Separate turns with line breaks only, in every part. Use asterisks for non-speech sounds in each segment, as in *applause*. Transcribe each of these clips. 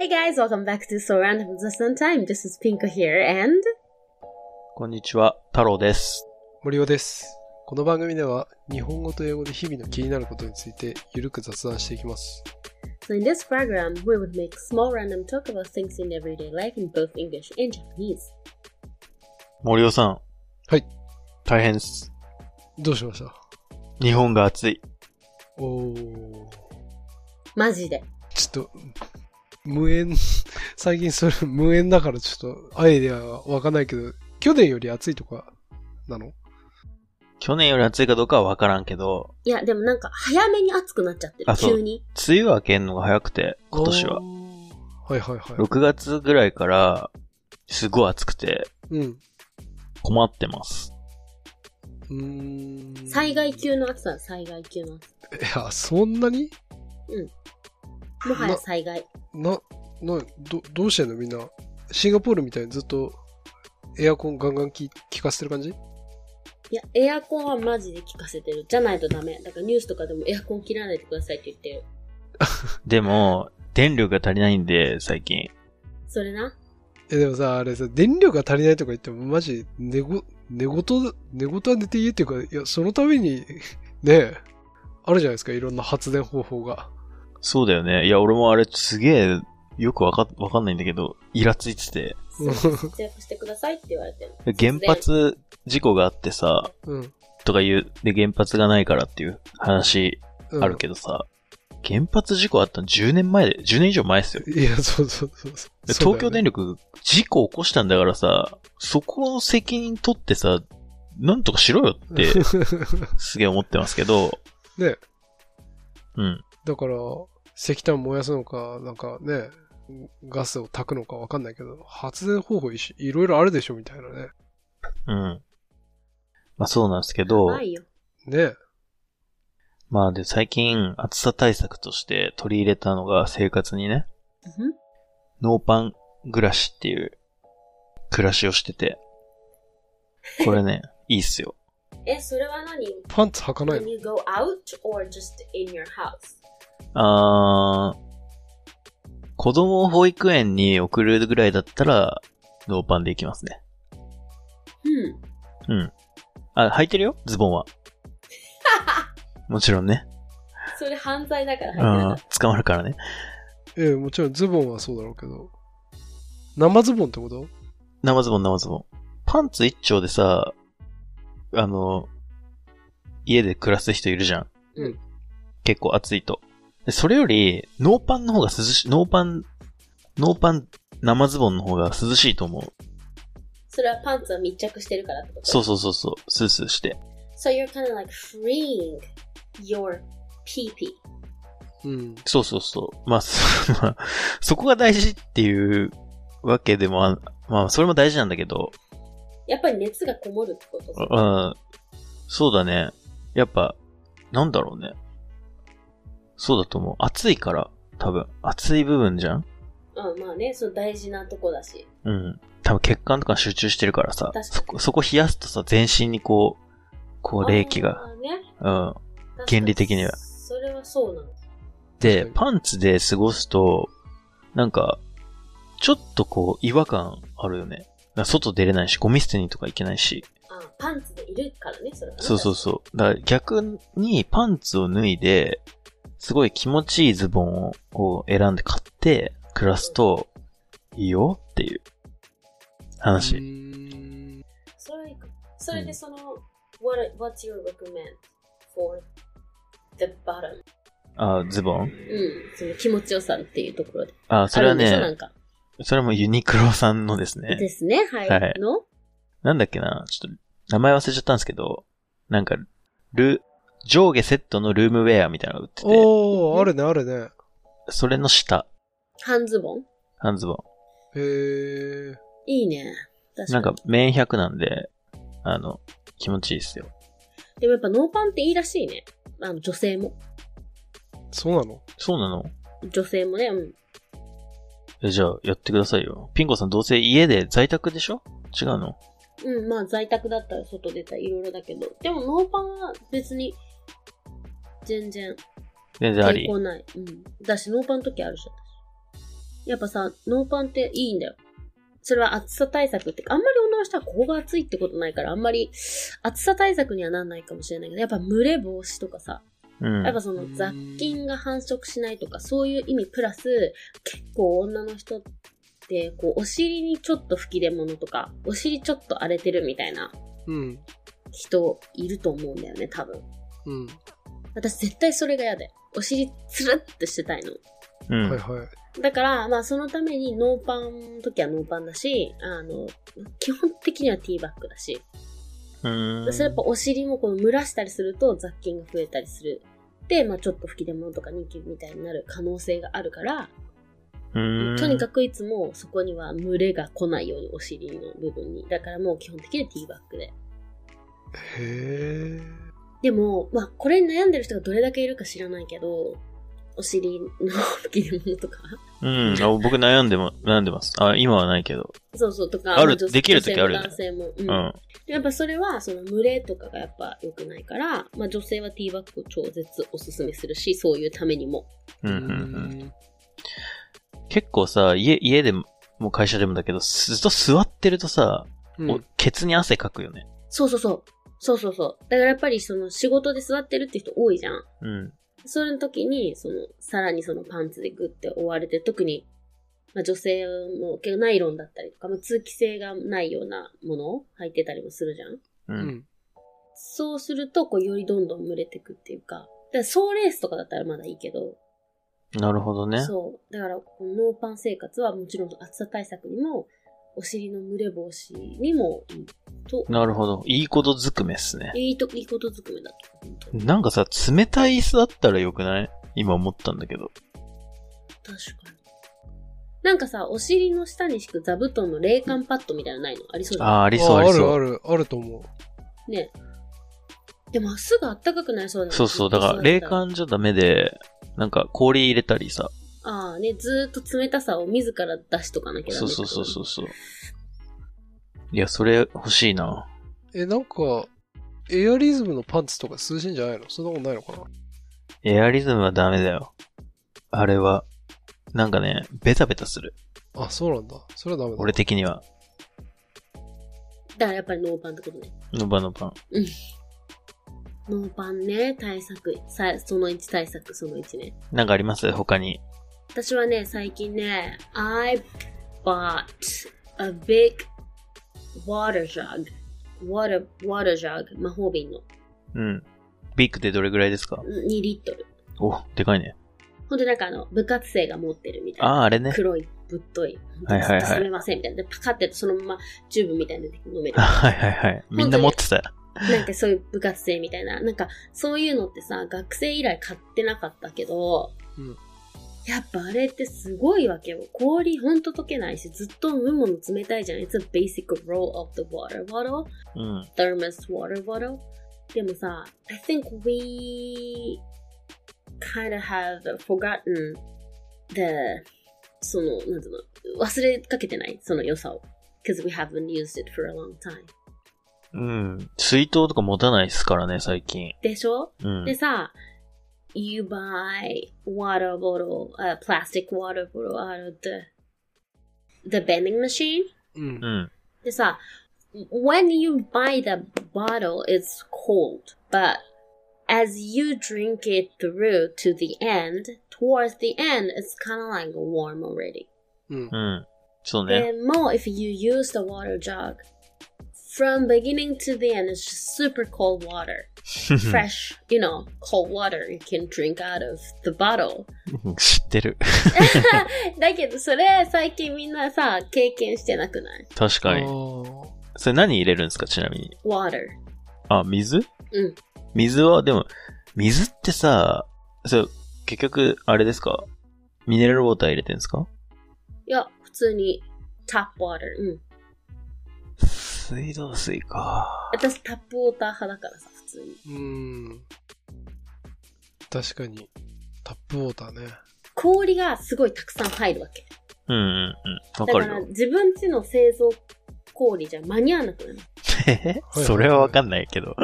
Hey guys, welcome back to So Random Zasan Time. This is Pinko here and
こんにちは、太郎です。
森尾です。この番組では日本語と英語で日々の気になることについてゆるく雑談していきます。
so in this program, we would make small random talk about things in everyday life in both English and Japanese.
森尾さん。
はい。
大変です。
どうしました
日本が暑い。
おー。
マジで。
ちょっと、無縁、 *laughs* 最近それ無縁だからちょっとアイデアはわかんないけど、去年より暑いとかなの
去年より暑いかどうかはわからんけど、
いや、でもなんか早めに暑くなっちゃってる。
あそう
急に。
梅雨明けんのが早くて、今年は
お。ー。はいはいは
6月ぐらいから、すごい暑くて、
い。うん。
困ってます。
うーん。
災害級の暑さだ、災害級の暑
いや、そんなに
さ。もはや災害。
な、な、ど、どうしてんのみんな。シンガポールみたいにずっとエアコンガンガンき効かせてる感じ
いや、エアコンはマジで効かせてる。じゃないとダメ。だからニュースとかでもエアコン切らないでくださいって言ってる。
でも、電力が足りないんで、最近。
それな。
え、でもさ、あれさ、電力が足りないとか言っても、マジ、寝ご、寝言、寝言は寝て言えっていうか、いや、そのために、 *laughs* ねえ、あるじゃないですか、いろんな発電方法が。
そうだよね。いや、俺もあれすげえ、よくわか、わかんないんだけど、イラついてて。
そう節約してくださいって言われてる。
原発事故があってさ、
うん。
とかいう、で、原発がないからっていう話
うん、
あるけどさ、原発事故あったの10年前で、10年以上前ですよ。
いや、そうそうそうそう。
で東
そうだよ
京
ね
電力、事故起こしたんだからさ、そこの責任取ってさ、なんとかしろよって、
*laughs*
すげえ思ってますけど、
ねえ
うん。
だから、石炭燃やすのか、なんかね、ガスを炊くのかわかんないけど、発電方法いしいろいろあるでしょ、みたいなね。
うん。まあそうなんですけど、
ないよ。
ねえ。
まあで最近暑さ対策として取り入れたのが生活にね、
うん
ノーパン暮らしっていう暮らしをしてて、こ
*laughs*
れね、いいっすよ。
え、それは何
パンツ履かない
When
の
you go out or just in your house?
あー、子供を保育園に送るぐらいだったら、ノーパンで行きますね。
うん。
うん。あ、履いてるよズボン
*laughs*
は。もちろんね。
それ犯罪だから
う
入ってなか
ん
っ。
捕まるからね。
ええ、もちろんズボンはそうだろうけど。生ズボンってこと
生ズボン生ズボン。パンツ一丁でさ、あの、家で暮らす人いるじゃん。
うん
結構暑いと。でそれより、ノーパンの方が涼しい、ノーパン、ノーパン、生ズボンの方が涼しいと思う。
た。それはパンツは密着してるからってこと
そうそうそうそう、スースーして。
So you're kind of like freeing your pee pee.
うん。
そうそうそう。まあ、そ *laughs* まあそこが大事っていうわけでもあ、まあ、それも大事なんだけど、
やっぱり熱がこもるってこと
う。ん、そうだね。やっぱ、なんだろうね。そうだと思う。暑いから、多分。暑い部分じゃん
うん、まあね、その大事なとこだし。
うん。多分血管とか集中してるからさ
確か、に
そこ、そこ冷やすとさ、全身にこう、こう冷気が、
あーね。
うん。
確か
原理的には
それはそうなの。
で
確、か
パンツで過ごすと、なんか、ちょっとこう、違和感あるよね。だから外出れないし、ゴミ捨てにとか行けないし。
あーパンツでいるからね、それはね、
そうそうそう。だから逆にパンツを脱いで、すごい気持ちいいズボンをこう選んで買って暮らすと、いいよっていう
うー
話。
ん
それはいいかそれでその、what, are- what's your recommend for the bottom?
あ、ズボン
うん、その気持ちよさっていうところで。
あ、それは
あるんでしょな
ね
ん、か。
それもユニクロさんのですね。
ですね、はい。
はい
の
なんだっけな、ちょっと名前忘れちゃったんですけど、なんか、ル、上下セットのルームウェアみたいなの売ってて、
おー、あるね、あるね。
それの下、
半ズボン
半ズボン。
へえ。
いいね。確
なん
か
か、綿100なんで、あの、気持ちいいですよ。
に。でもやっぱノーパンっていいらしいね。あの、女性も。
そうなの
そうなの
女性もね、うん。
え、じゃあ、やってくださいよ。ピンコさんどうせ家で在宅でしょ違うの
うん、まあ在宅だったら外出たりいろいろだけど。でもノーパンは別に、全然
全然あ
抵
り
抗。ない。うん。だし、ノーパンの時あるじゃん。やっぱさ、ノーパンっていいんだよ。それは暑さ対策ってか、あんまり女の人はここが暑いってことないから、あんまり暑さ対策にはなんないかもしれないけど、やっぱ蒸れ防止とかさ、
うん。
やっぱその雑菌が繁殖しないとか、そういう意味プラス、結構女の人って、こう、お尻にちょっと吹き出物とか、お尻ちょっと荒れてるみたいな
うん。
人いると思うんだよね、多分。
うん。
私絶対それが嫌で。お尻つるってしてたいの。
うん。
はいはい。
だから、まあそのためにノーパンの時はノーパンだし、あの、基本的にはティーバッグだし、
うん。
それやっぱお尻もこう蒸らしたりすると雑菌が増えたりする。で、まあちょっと吹き出物とかニキビみたいになる可能性があるから、
うん。
とにかくいつもそこには蒸れが来ないようにお尻の部分に。だからもう基本的にはティーバッグで。
へえ。
でも、まあこれに悩んでる人がどれだけいるか知らないけど、お尻の吹き出物とか、 *laughs*
うん。あ僕悩んでも、悩んでます。あ、今はないけど。
そうそうとか、
ある
ま女
できる時あるよね
女性も男性
う
も。うん
ん。
やっぱそれは、その群れとかがやっぱ良くないから、まあ女性はティーバッグを超絶おすすめするし、そういうためにも。
うん。う。
うん
うん。。結構さ、家、家でも、もう会社でもだけど、すずっと座ってるとさ、
うん
おケツに汗かくよね。
そうそうそう。そうそうそう。だからやっぱりその仕事で座ってるって人多いじゃん。
うん。
その時に、その、さらにそのパンツでグッて覆われて、特に、まあ女性も結構ナイロンだったりとか、まあ通気性がないようなものを履いてたりもするじゃん。
う。
うんん。
そうすると、こうよりどんどん群れてくっていうか、だからソーレースとかだったらまだいいけど、
なるほどね。
そう。だから、このノーパン生活はもちろん暑さ対策にも、お尻の蒸れ防止にもいいと、
なるほど。いいことずくめっすね。
いいと、いいことずくめだと。本当
なんかさ、冷たい椅子だったらよくない今思ったんだけど。
確かに。なんかさ、お尻の下に敷く座布団の冷感パッドみたいなのないのありそうだ
ああ、あ
あ
りそうありそう。
あるある、あると思う。
ね。でも、すぐ暖かくなりそうだね
そうそう。だから、冷。感じゃダメで、なんか氷入れたりさ。
ああ、ね、ずーっと冷たさを自ら出しとかなきゃダメ
そ
だ
うそうそうそうそう。いや、それ欲しいな。
え、なんか、エアリズムのパンツとか涼しいんじゃないのそんなことないのかな
エアリズムはダメだよ。あれは、なんかね、ベタベタする。
あ、そうなんだ。それはダメだ。
俺的には。
だからやっぱりノーパンってことね。
のばのばん。
ノーパンね、対策、さその1対策、その1ね。
なんかあります他に。
私はね、最近ね、I bought a big water jug. Water, water jug. 魔法瓶の
うん。ビッグでどれぐらいですか
2リットル。
お、でかいね。
ほんとなんかあの、部活生が持ってるみたい
あ
な。
あ、あれね。
黒い、ぶっとい。
はいはいはい
ずっと冷めませんみたいな。で、パカってそのままチューブみたいなので飲める。
*laughs* はいはいはい。みんな持ってたよ。
なんかそういう部活生みたいな。なんかそういうのってさ、学生以来買ってなかったけど、
うん
やっぱあれってすごいわけよ。氷ほんと溶けないし、ずっと飲むもの冷たいじゃん。It's a basic roll of the water bottle,
うん。
thermos water bottle. でもさ、I think we kind of have forgotten the その、なんていうの、忘れかけてないその良さを。Because we haven't used it for a long time.
うん。水筒とか持たないっすからね、最近。
でしょ
うん
で。さ、you buy water bottle, a plastic water bottle out of the, the vending machine.
うん
う。ん。
でさ、when you buy the bottle, it's cold, but as you drink it through to the end, towards the end, it's kind of like warm already.
うん。
うん。そうね。
And more if you use the water jug. From beginning to the end, it's just super cold water.
*laughs* Hmm.
fresh, you know, cold water you can drink out of the bottle. *laughs*
知ってる。
だけど、それ最近みんなさ、経験してなくない
確
あ
かに。
ー
それ何入れるんですか、ちなみに。
?water。
あ、水
うん。
水は、でも、水ってさ、そう、結局、あれですかミネラルウォーター入れてんですか
いや、普通に、タップ water。うん。
水道水か。
私タップウォーター派だからさ、普通に。
うん。確かに。タップウォーターね。
氷がすごいたくさん入るわけ。
うんうんうん。わ
だ
か
か
る
ら
よ。
自分ちの製造氷じゃ間に合わなくなる。
えへ *laughs* それはわかんないけど。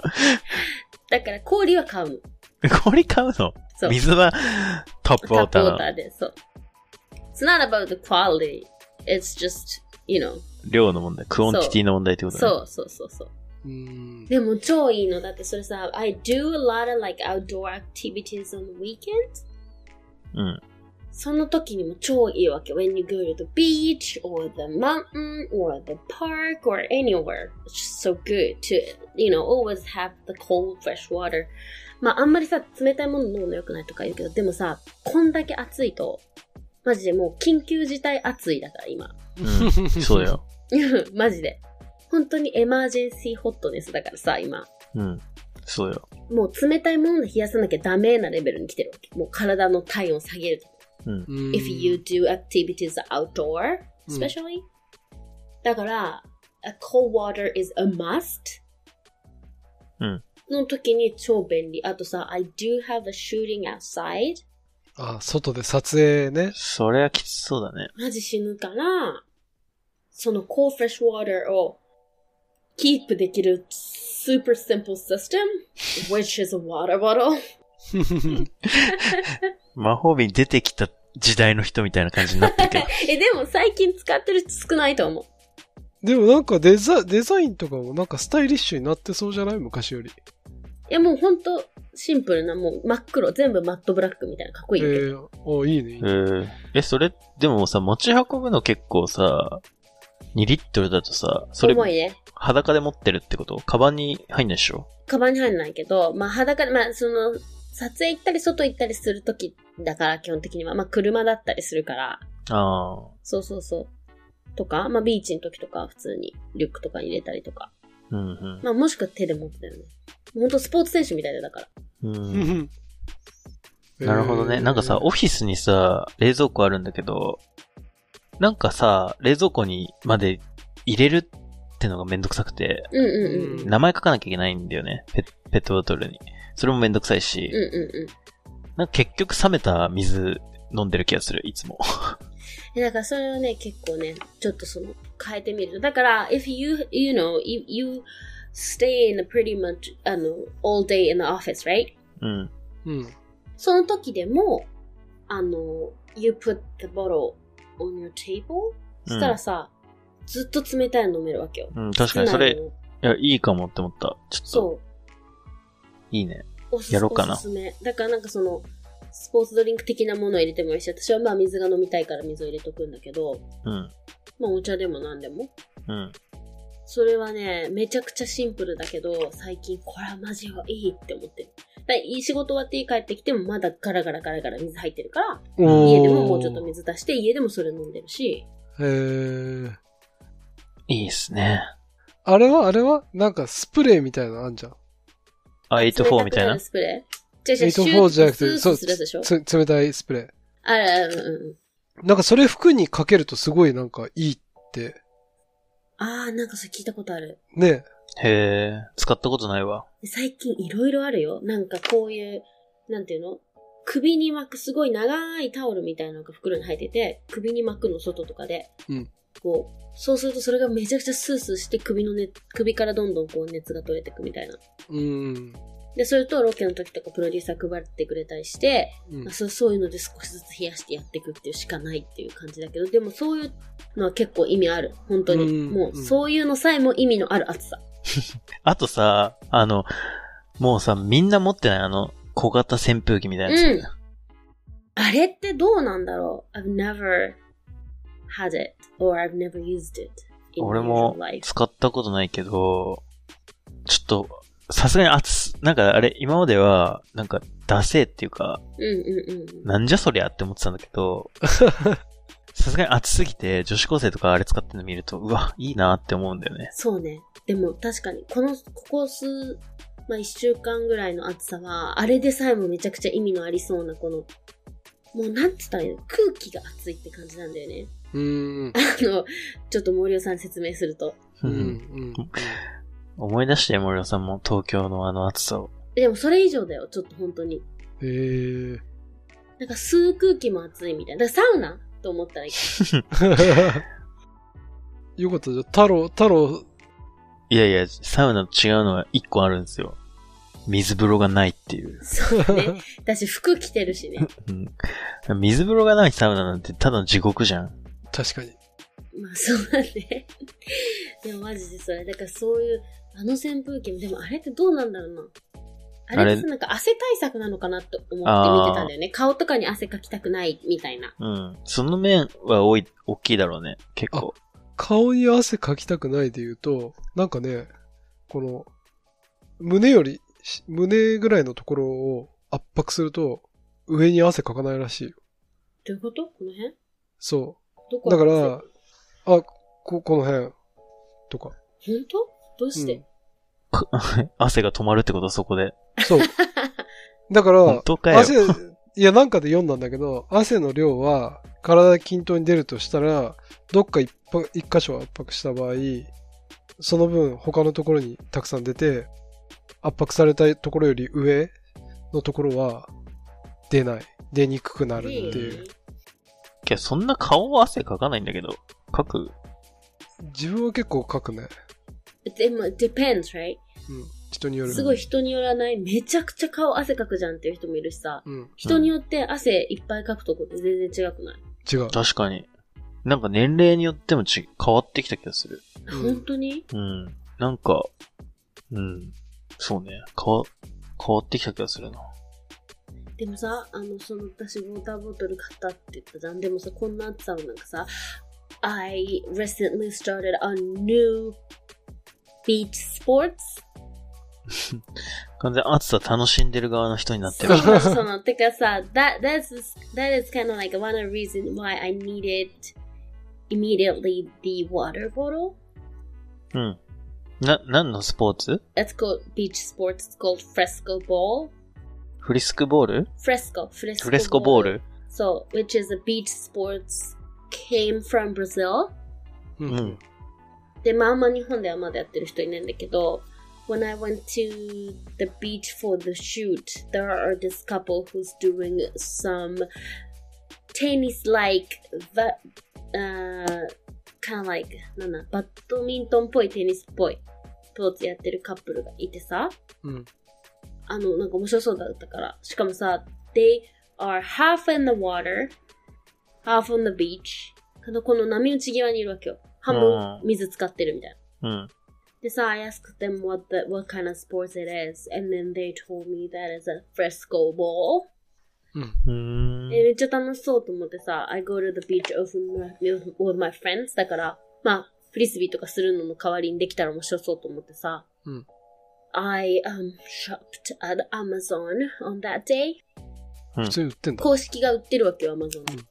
*laughs*
だから氷は買うの。
氷買うの
そう。
水は、タップウォー
タ
ター
ップウォー
の
タ。ーで、そう。 It's not about the quality. It's just, you know.
量の問題、クオンティティの問題ってことね。
そうそうそうそう。
うーん。
でも超いいの。だってそれさ、I do a lot of like outdoor activities on the weekend.
うん。
その時にも超いいわけ。When you go to the beach or the mountain or the park or anywhere. It's just so good to, you know, always have the cold, fresh water. まああんまりさ、冷たいもの飲むの良くないとか言うけど、でもさ、こんだけ暑いと、マジでもう緊急事態暑いだから今。 *laughs*
うん、そう
*laughs*
だ。よ。
マジで。本当にエマージェンシーホットネスだからさ、今。
うん。そうよ。
もう冷たいもので冷やさなきゃダメなレベルに来てるわけ。もう体の体温下げる。
うん。
if you do activities outdoor,
うん
especially.、だから、a cold water is a must.
うん
の時に超便利。あとさ、I do have a shooting outside.
あ、外で撮影ね。
それはきつそうだね。
マジ死ぬから、その cold fresh water をキープできる super simple
*laughs*
system, which is a water bottle.
魔法瓶出てきた時代の人みたいな感じになってるけ
*laughs*
ど。
え、でも最近使ってる人少ないと思う。
でもなんかデザデザインとかもなんかスタイリッシュになってそうじゃない昔より。
いやもうほんとシンプルな、もう真っ黒、全部マットブラックみたいなかっこ
え
いいんだけど。
ー、おいいね。いい
え
ね
ーえ、それ、でもさ、持ち運ぶの結構さ、2リットルだとさ、それ
重いね。
裸で持ってるってことカバンに入んないでしょ
カバンに入んないけど、まあ裸で、まあその、撮影行ったり外行ったりするときだから基本的には、まあ車だったりするから、
ああ。
そうそうそう。とか、まあビーチの時とかは普通にリュックとかに入れたりとか。
うん
まあもしくは手で持ってたよね。ほんとスポーツ選手みたいでだから。
うん。う、
うんん
なるほどね。なんかさ、オフィスにさ、冷蔵庫あるんだけど、なんかさ、冷蔵庫にまで入れるってのがめんどくさくて、
うんうんうん。
名前書かなきゃいけないんだよね。ペペットボトルに。それもめんどくさいし、
うんうんうん。
なんか結局冷めた水飲んでる気がする、いつも。 *laughs*
えだからそれをね、結構ね、ちょっとその、変えてみると。だから、if you, you know, you, you stay in a pretty much, あの、all day in the office, right?
うん。
うん。
その時でも、あの、you put the bottle on your table?
う
し
ん
たらさ、ずっと冷たいの飲めるわけよ。
うん、確かにそれ、
好きなの
いや、いいかもって思った。ちょっと、
そ
いいね。
う。おすす
やろうかな
おすすめ。だからなんかその、スポーツドリンク的なものを入れてもいいし、私はまあ水が飲みたいから水を入れとくんだけど、
うん。
まあお茶でも何でも。
うん。
それはね、めちゃくちゃシンプルだけど、最近これはマジはいいって思ってる。だいい仕事終わって家帰ってきてもまだガラガラガラガラ水入ってるから、家でももうちょっと水出して、家でもそれ飲んでるし、
えー、
いいっすね。
あれはあれはなんかスプレーみたいなのあんじゃん。
あ、8-4みたいな。
スプレー違う違う、シュー
8-4じゃなく
スー
て、
ッと
そう、
するやつでしょ
つ冷たいスプレ
あら、うんうん。
ー。なんかそれ服にかけるとすごいなんかいいって。
あー、なんかそれ聞いたことある。
ね。
へえ、使ったことないわ。
最近いろいろあるよ。なんかこういう、なんていうの首に巻くすごい長いタオルみたいなのが袋に入ってて、首に巻くの外とかで。
うん
こう、そうするとそれがめちゃくちゃスースーして首のね、首からどんどんこう熱が取れてくみたいな。
うん。
で、それとロケの時とかプロデューサー配ってくれたりして、
うん
まあ、そうそういうので少しずつ冷やしてやっていくっていうしかないっていう感じだけど、でもそういうのは結構意味ある。本当に。
うん
もう
うん
そういうのさえも意味のある暑さ。
あとさ、あの、もうさ、みんな持ってないあの、小型扇風機みたいなやつ。
あれってどうなんだろう ?I've never had it or I've never used it in
俺
my
も
life.
使ったことないけど、ちょっと、さすがに暑す、なんかあれ、今までは、なんか、ダセーっていうか、
うんうんうん。
なんじゃそりゃって思ってたんだけ
*laughs*
ど、さすがに暑すぎて、女子高生とかあれ使ってるの見ると、うわ、いいなって思うんだよね。
そうね。でも確かに、この、ここ数、まあ一週間ぐらいの暑さは、あれでさえもめちゃくちゃ意味のありそうな、この、もうなんつったらいいの空気が暑いって感じなんだよね。 *laughs*
うん。
あの、ちょっと森尾さん説明すると。
うん。うん。
思い出して、森尾さんも東京のあの暑さを。
でもそれ以上だよ、ちょっと本当に。
えー。 *laughs*
なんか吸う空気も暑いみたいな。だからサウナと思ったらいい。
よかったじゃん。太郎、太郎、
いやいや、サウナと違うのは一個あるんですよ。水風呂がないっていう。
そう
*laughs*
ね。私服着てるしね。
うん。水風呂がないサウナなんてただの地獄じゃん。
*laughs* 確かに。
まあそうだね。でもマジでそれ。だからそういう、あの扇風機も、でもあれってどうなんだろうな。あれ
あ
って
れ
なんか汗対策なのかなと思って見てたんだよね。顔とかに汗かきたくないみたいな。
うん。その面は多い、大きいだろうね。結構。
顔に汗かきたくないで言うと、なんかね、この、胸より、し胸ぐらいのところを圧迫すると、上に汗かかないらしいよ。
どういうことこの辺
そ
どこ
う。だから、あ、こ、この辺、とか。
本当どうして、
*laughs* 汗が止まるってことそこで。
*laughs*
そう。だか
本
ら、
当かよ。
汗、いや、なんかで読んだんだけど、汗の量は体で均等に出るとしたら、どっか一泊一箇所圧迫した場合、その分他のところにたくさん出て、圧迫されたところより上のところは出ない。出にくくなるっていう。
いやそんな顔は汗かかないんだけど。かく。
自分は結構書くね。
でも、depends, right?
うん。人による。
すごい人によらない。めちゃくちゃ顔汗かくじゃんっていう人もいるしさ。
うん。
人によって汗いっぱいかくとこって全然違くない。
違う。
確かに。なんか年齢によってもち変わってきた気がする。
うん
本当に
うん。なんか、うん。そうね。変わ、変わってきた気がするな。
でもさ、あの、その私ウォーターボトル買ったって言ったじゃん。でもさ、こんな暑さのなんかさ、I recently started a new beach sports?
完全に暑さ楽しんでる側の人になってる。
そうその、てかさ、that, that's, that is kind of like one of the reason why I needed immediately the water bottle.
うん。な、何のスポーツ
That's called beach sports. It's called fresco ball.
フリスクボール
Fresco, fresco.
フレスコボー
ball.
ル
So, which is a beach sports came from Brazil.
う
うん。
で、まああんま日本ではまだやってる人いないんだけど、When I went to the beach for the shoot, there are this couple who's doing some tennis-like, va- uh, kind of like, なんだ、バドミントンっぽいテニスっぽいスポーツやってるカップルがいてさ、
うん。
あの、なんか面白そうだったから。しかもさ、they are half in the water, half on the beach. あのこの波打ち際にいるわけよ。半分
うん
水使ってるみたいな。
うん。
でさ、I asked them what, the, what kind of sports it is, and then they told me that is a fresco ball.
うん。
うーん
えめっちゃ楽しそうと思ってさ、I go to the beach often with my friends だから、まあ、フリスビーとかするのの代わりにできたら面白そうと思ってさ、
うん
I um, shopped at Amazon on that day.
普通に売ってんだ。
公式が売ってるわけよ、Amazon に。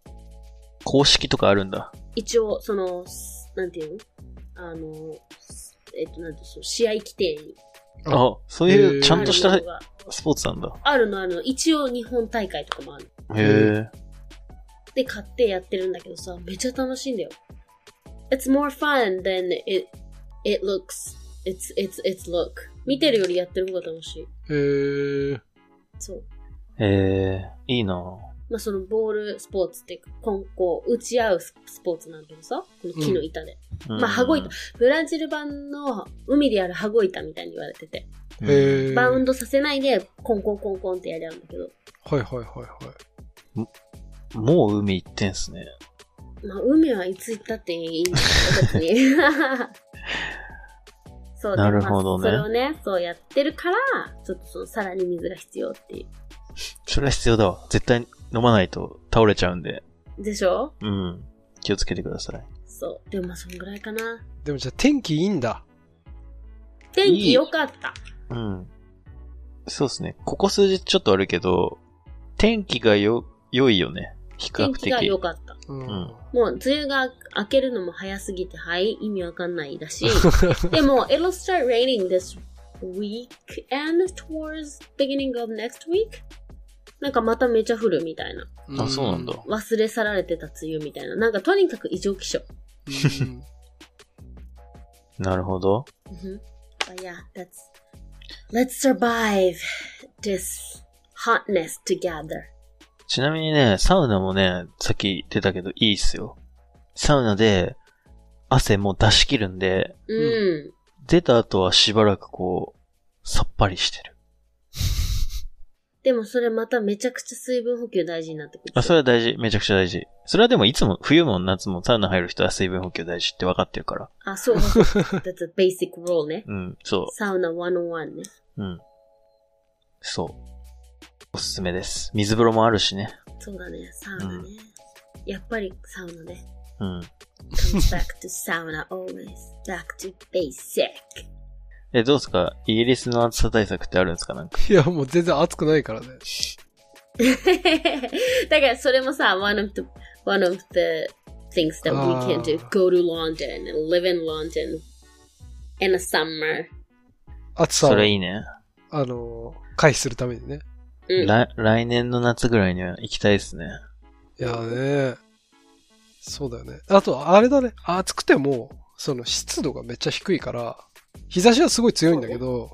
公式とかあるんだ。
一応、その、すなんていうのあの、すえっと、なんていうの試合規定に。
あ
あ、そうい
へ
う
ー
ちゃんとし
あ
た
るのが
スポーツなんだ。
あるのあるの。一応日本大会とかもある。
へえ。
で、買ってやってるんだけどさ、めっちゃ楽しいんだよ。It's more fun than it, it looks. It's, it's, it's look. 見てるよりやってる方が楽しい。
えー。
そう。
ええ、いいな
まあ、そのボールスポーツっていうか、今後、打ち合うススポーツなんだけどさ、この木の板で。
うん
まあ、羽子板。ブラジル版の海でやる羽子板みたいに言われてて。
え
うん
ー。
バウン
ド。
ドさせないで、コンコンコンコンってやり合うんだけど。
はいはいはいはい。
もう海行ってんすね。
まあ、海はいつ行ったっていいんだけど、別
*laughs*
に。そう
なるほどね
まあそれをね、そうやってるから、ちょっとその、さらに水が必要ってい
それは必要だわ。絶対飲まないと倒れちゃうんで。
う。でしょ
うん。気をつけてください。
そう。でもまあ、そんぐらいかな。
でもじゃあ天気いいんだ。
天気良かった。
うん。そうですね。ここ数日ちょっと悪いけど、天気がよ、良いよね。比較
天気
的。
が良かった。
うん
ん
もう、梅雨が明けるのも早すぎて、はい、意味わかんないだ
*laughs*
し。でも、it'll start raining this week and towards beginning of next week? なんかまためちゃ降るみたいな。
あ、そうなんだ。。
忘れ去られてた梅雨みたいな。なんかとにかく異常気象。
うん
なるほど。
But yeah, that's. Let's survive this hotness together.
ちなみにね、サウナもね、さっき出たけどいいっすよ。サウナで、汗もう出し切るんで、
うん。
出た後はしばらくこう、さっぱりしてる。
でもそれまためちゃくちゃ水分補給大事になってくる。
あ、それは大事。めちゃくちゃ大事。それはでもいつも、冬も夏もサウナ入る人は水分補給大事って分かってるから。
あ、
*laughs*
そうそうそう。That's a basic rule ね。
うん、そ
サウナ101ね。
う。うん。そう。おすすめです。水風呂もあるしね。
そうだね、サウナね。やっぱりサウナね。
うん。
comes back to sauna always. Back to basic.
え、どうですかイギリスの暑さ対策ってあるんですかなんか。
いや、もう全然暑くないからね。
*laughs* だからそれもさ、one of the, one of the things that we
あ
can
ー
do. Go to London and live in London in the summer.
暑さを
それいいね。
あの、回避するためにね。
うん
来来年の夏ぐらいには行きたいですね。
いやーね。そうだよね。あと、あれだね。暑くても、その湿度がめっちゃ低いから、日差しはすごい強いんだけど、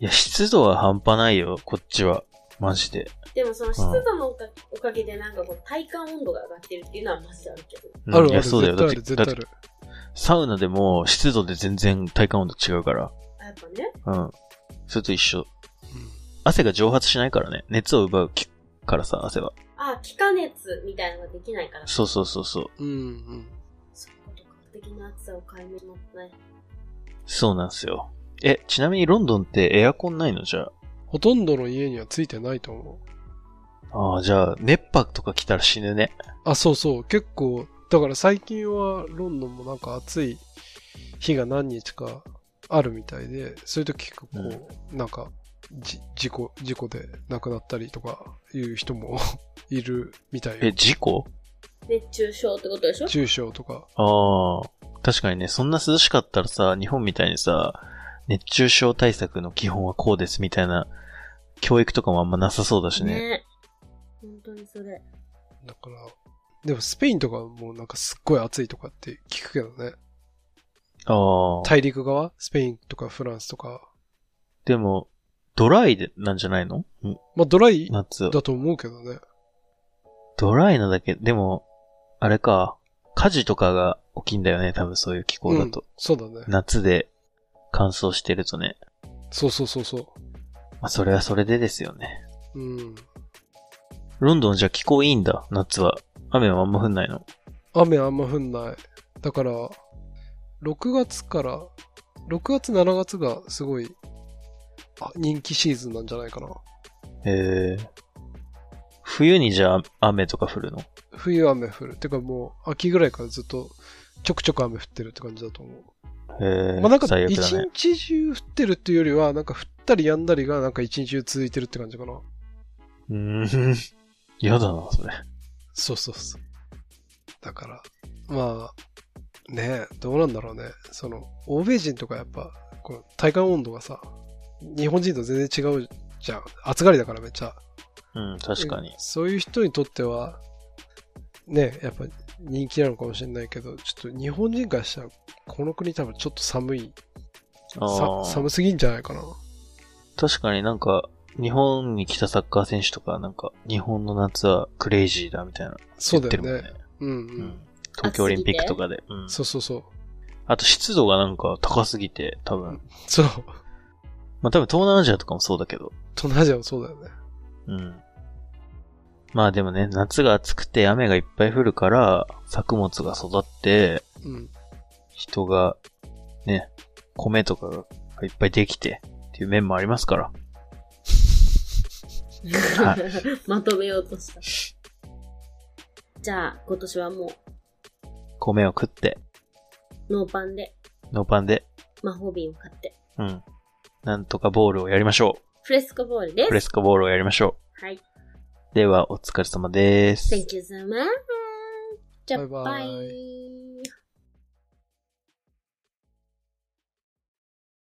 いや、湿度は半端ないよ、こっちは。マジで。
でもその
湿度
のおかおかげでなんかこう体感温度が上がってるっていうのはマジであるけど。
うん
ある
い
ある。
や、そうだよ。だっ
絶
て、
対
だ
あ
っ
る、絶対あ
て
る。
サウナでも湿度で全然体感温度違うから。
やっぱね。
うん。それと一緒。汗が蒸発しないからね。熱を奪うきからさ、汗は。
あ、気化熱みたいなのができないから
そうそうそうそう。
うん、うん。
そういうことか。的な暑さを解明のね。
そうなんですよ。え、ちなみにロンドンってエアコンないのじゃあ。
ほとんどの家にはついてないと思う。
ああ、じゃあ、熱波とか来たら死ぬね。
あ、そうそう。結構、だから最近はロンドンもなんか暑い日が何日かあるみたいで、そういう時こう、なんか、じ事故、事故で亡くなったりとかいう人も *laughs* いるみたいよ
え、事故
熱中症ってことでしょ
重症とか。
ああ、確かにね、そんな涼しかったらさ、日本みたいにさ、熱中症対策の基本はこうですみたいな、教育とかもあんまなさそうだしね。
ね本当にそれ。
だから、でもスペインとかもなんかすっごい暑いとかって聞くけどね。
ああ、
大陸側スペインとかフランスとか。
でも、ドライで、なんじゃないのん
まあドライ
夏は。
だと思うけどね。
ドライなだけ、でも、あれか、火事とかが起きんだよね、多分そういう気候だと
ん。そうだね。
夏で乾燥してるとね。
そうそうそうそ
まあ、それはそれでですよね。
う。うん。
ロンドンじゃ気候いいんだ、夏は。雨はあんま降んないの。
雨あんま降んない。だから、6月から、6月7月がすごい、あ人気シーズンなんじゃないかな。
へえ。冬にじゃあ雨とか降るの
冬雨降る。てかもう、秋ぐらいからずっと、ちょくちょく雨降ってるって感じだと思う。
へえ。
まあなんか
最悪
一
だね。
日中降ってるっていうよりは、なんか降ったりやんだりがなんか一日中続いてるって感じかな。
うーん。 *laughs* 嫌だな、それ。
そうそうそう。だから、まあ、ねえ、どうなんだろうね。その、欧米人とかやっぱ、この体感温度がさ、日本人と全然違うじゃん。暑がりだからめっちゃ。
うん、確かに
うん。そういう人にとっては、ねえ、やっぱ人気なのかもしれないけど、ちょっと日本人からしたら、この国多分ちょっと寒い、
あ
さ
あ。
寒すぎんじゃないかな。
確かになんか、日本に来たサッカー選手とか、なんか、日本の夏はクレイジーだみたいな。
そう
言っ
だ
て
よ
るもん
ね。
ね。
うんう。
うんん。東京オリンピックとかで。うん。
そうそうそう。
あと湿度がなんか高すぎて、多分。
そう。
まあ多分東南アジアとかもそうだけど。
東南アジアもそうだよね。
うん。まあでもね、夏が暑くて雨がいっぱい降るから、作物が育って、
うん。
人が、ね、米とかがいっぱいできて、っていう面もありますから。
*laughs* まとめようとした。じゃあ、今年はも
米を食って、
う、ノーパンで、
ノーパンで、
魔法瓶を買って、
うん。なんとかボールをやりましょ
フレスコボール
う。フ
で
レ
す。
スコボールをやりましょ
はい。
う。では、お疲れ様です。
Thank you so much. じゃあ、
バイバイ
バイ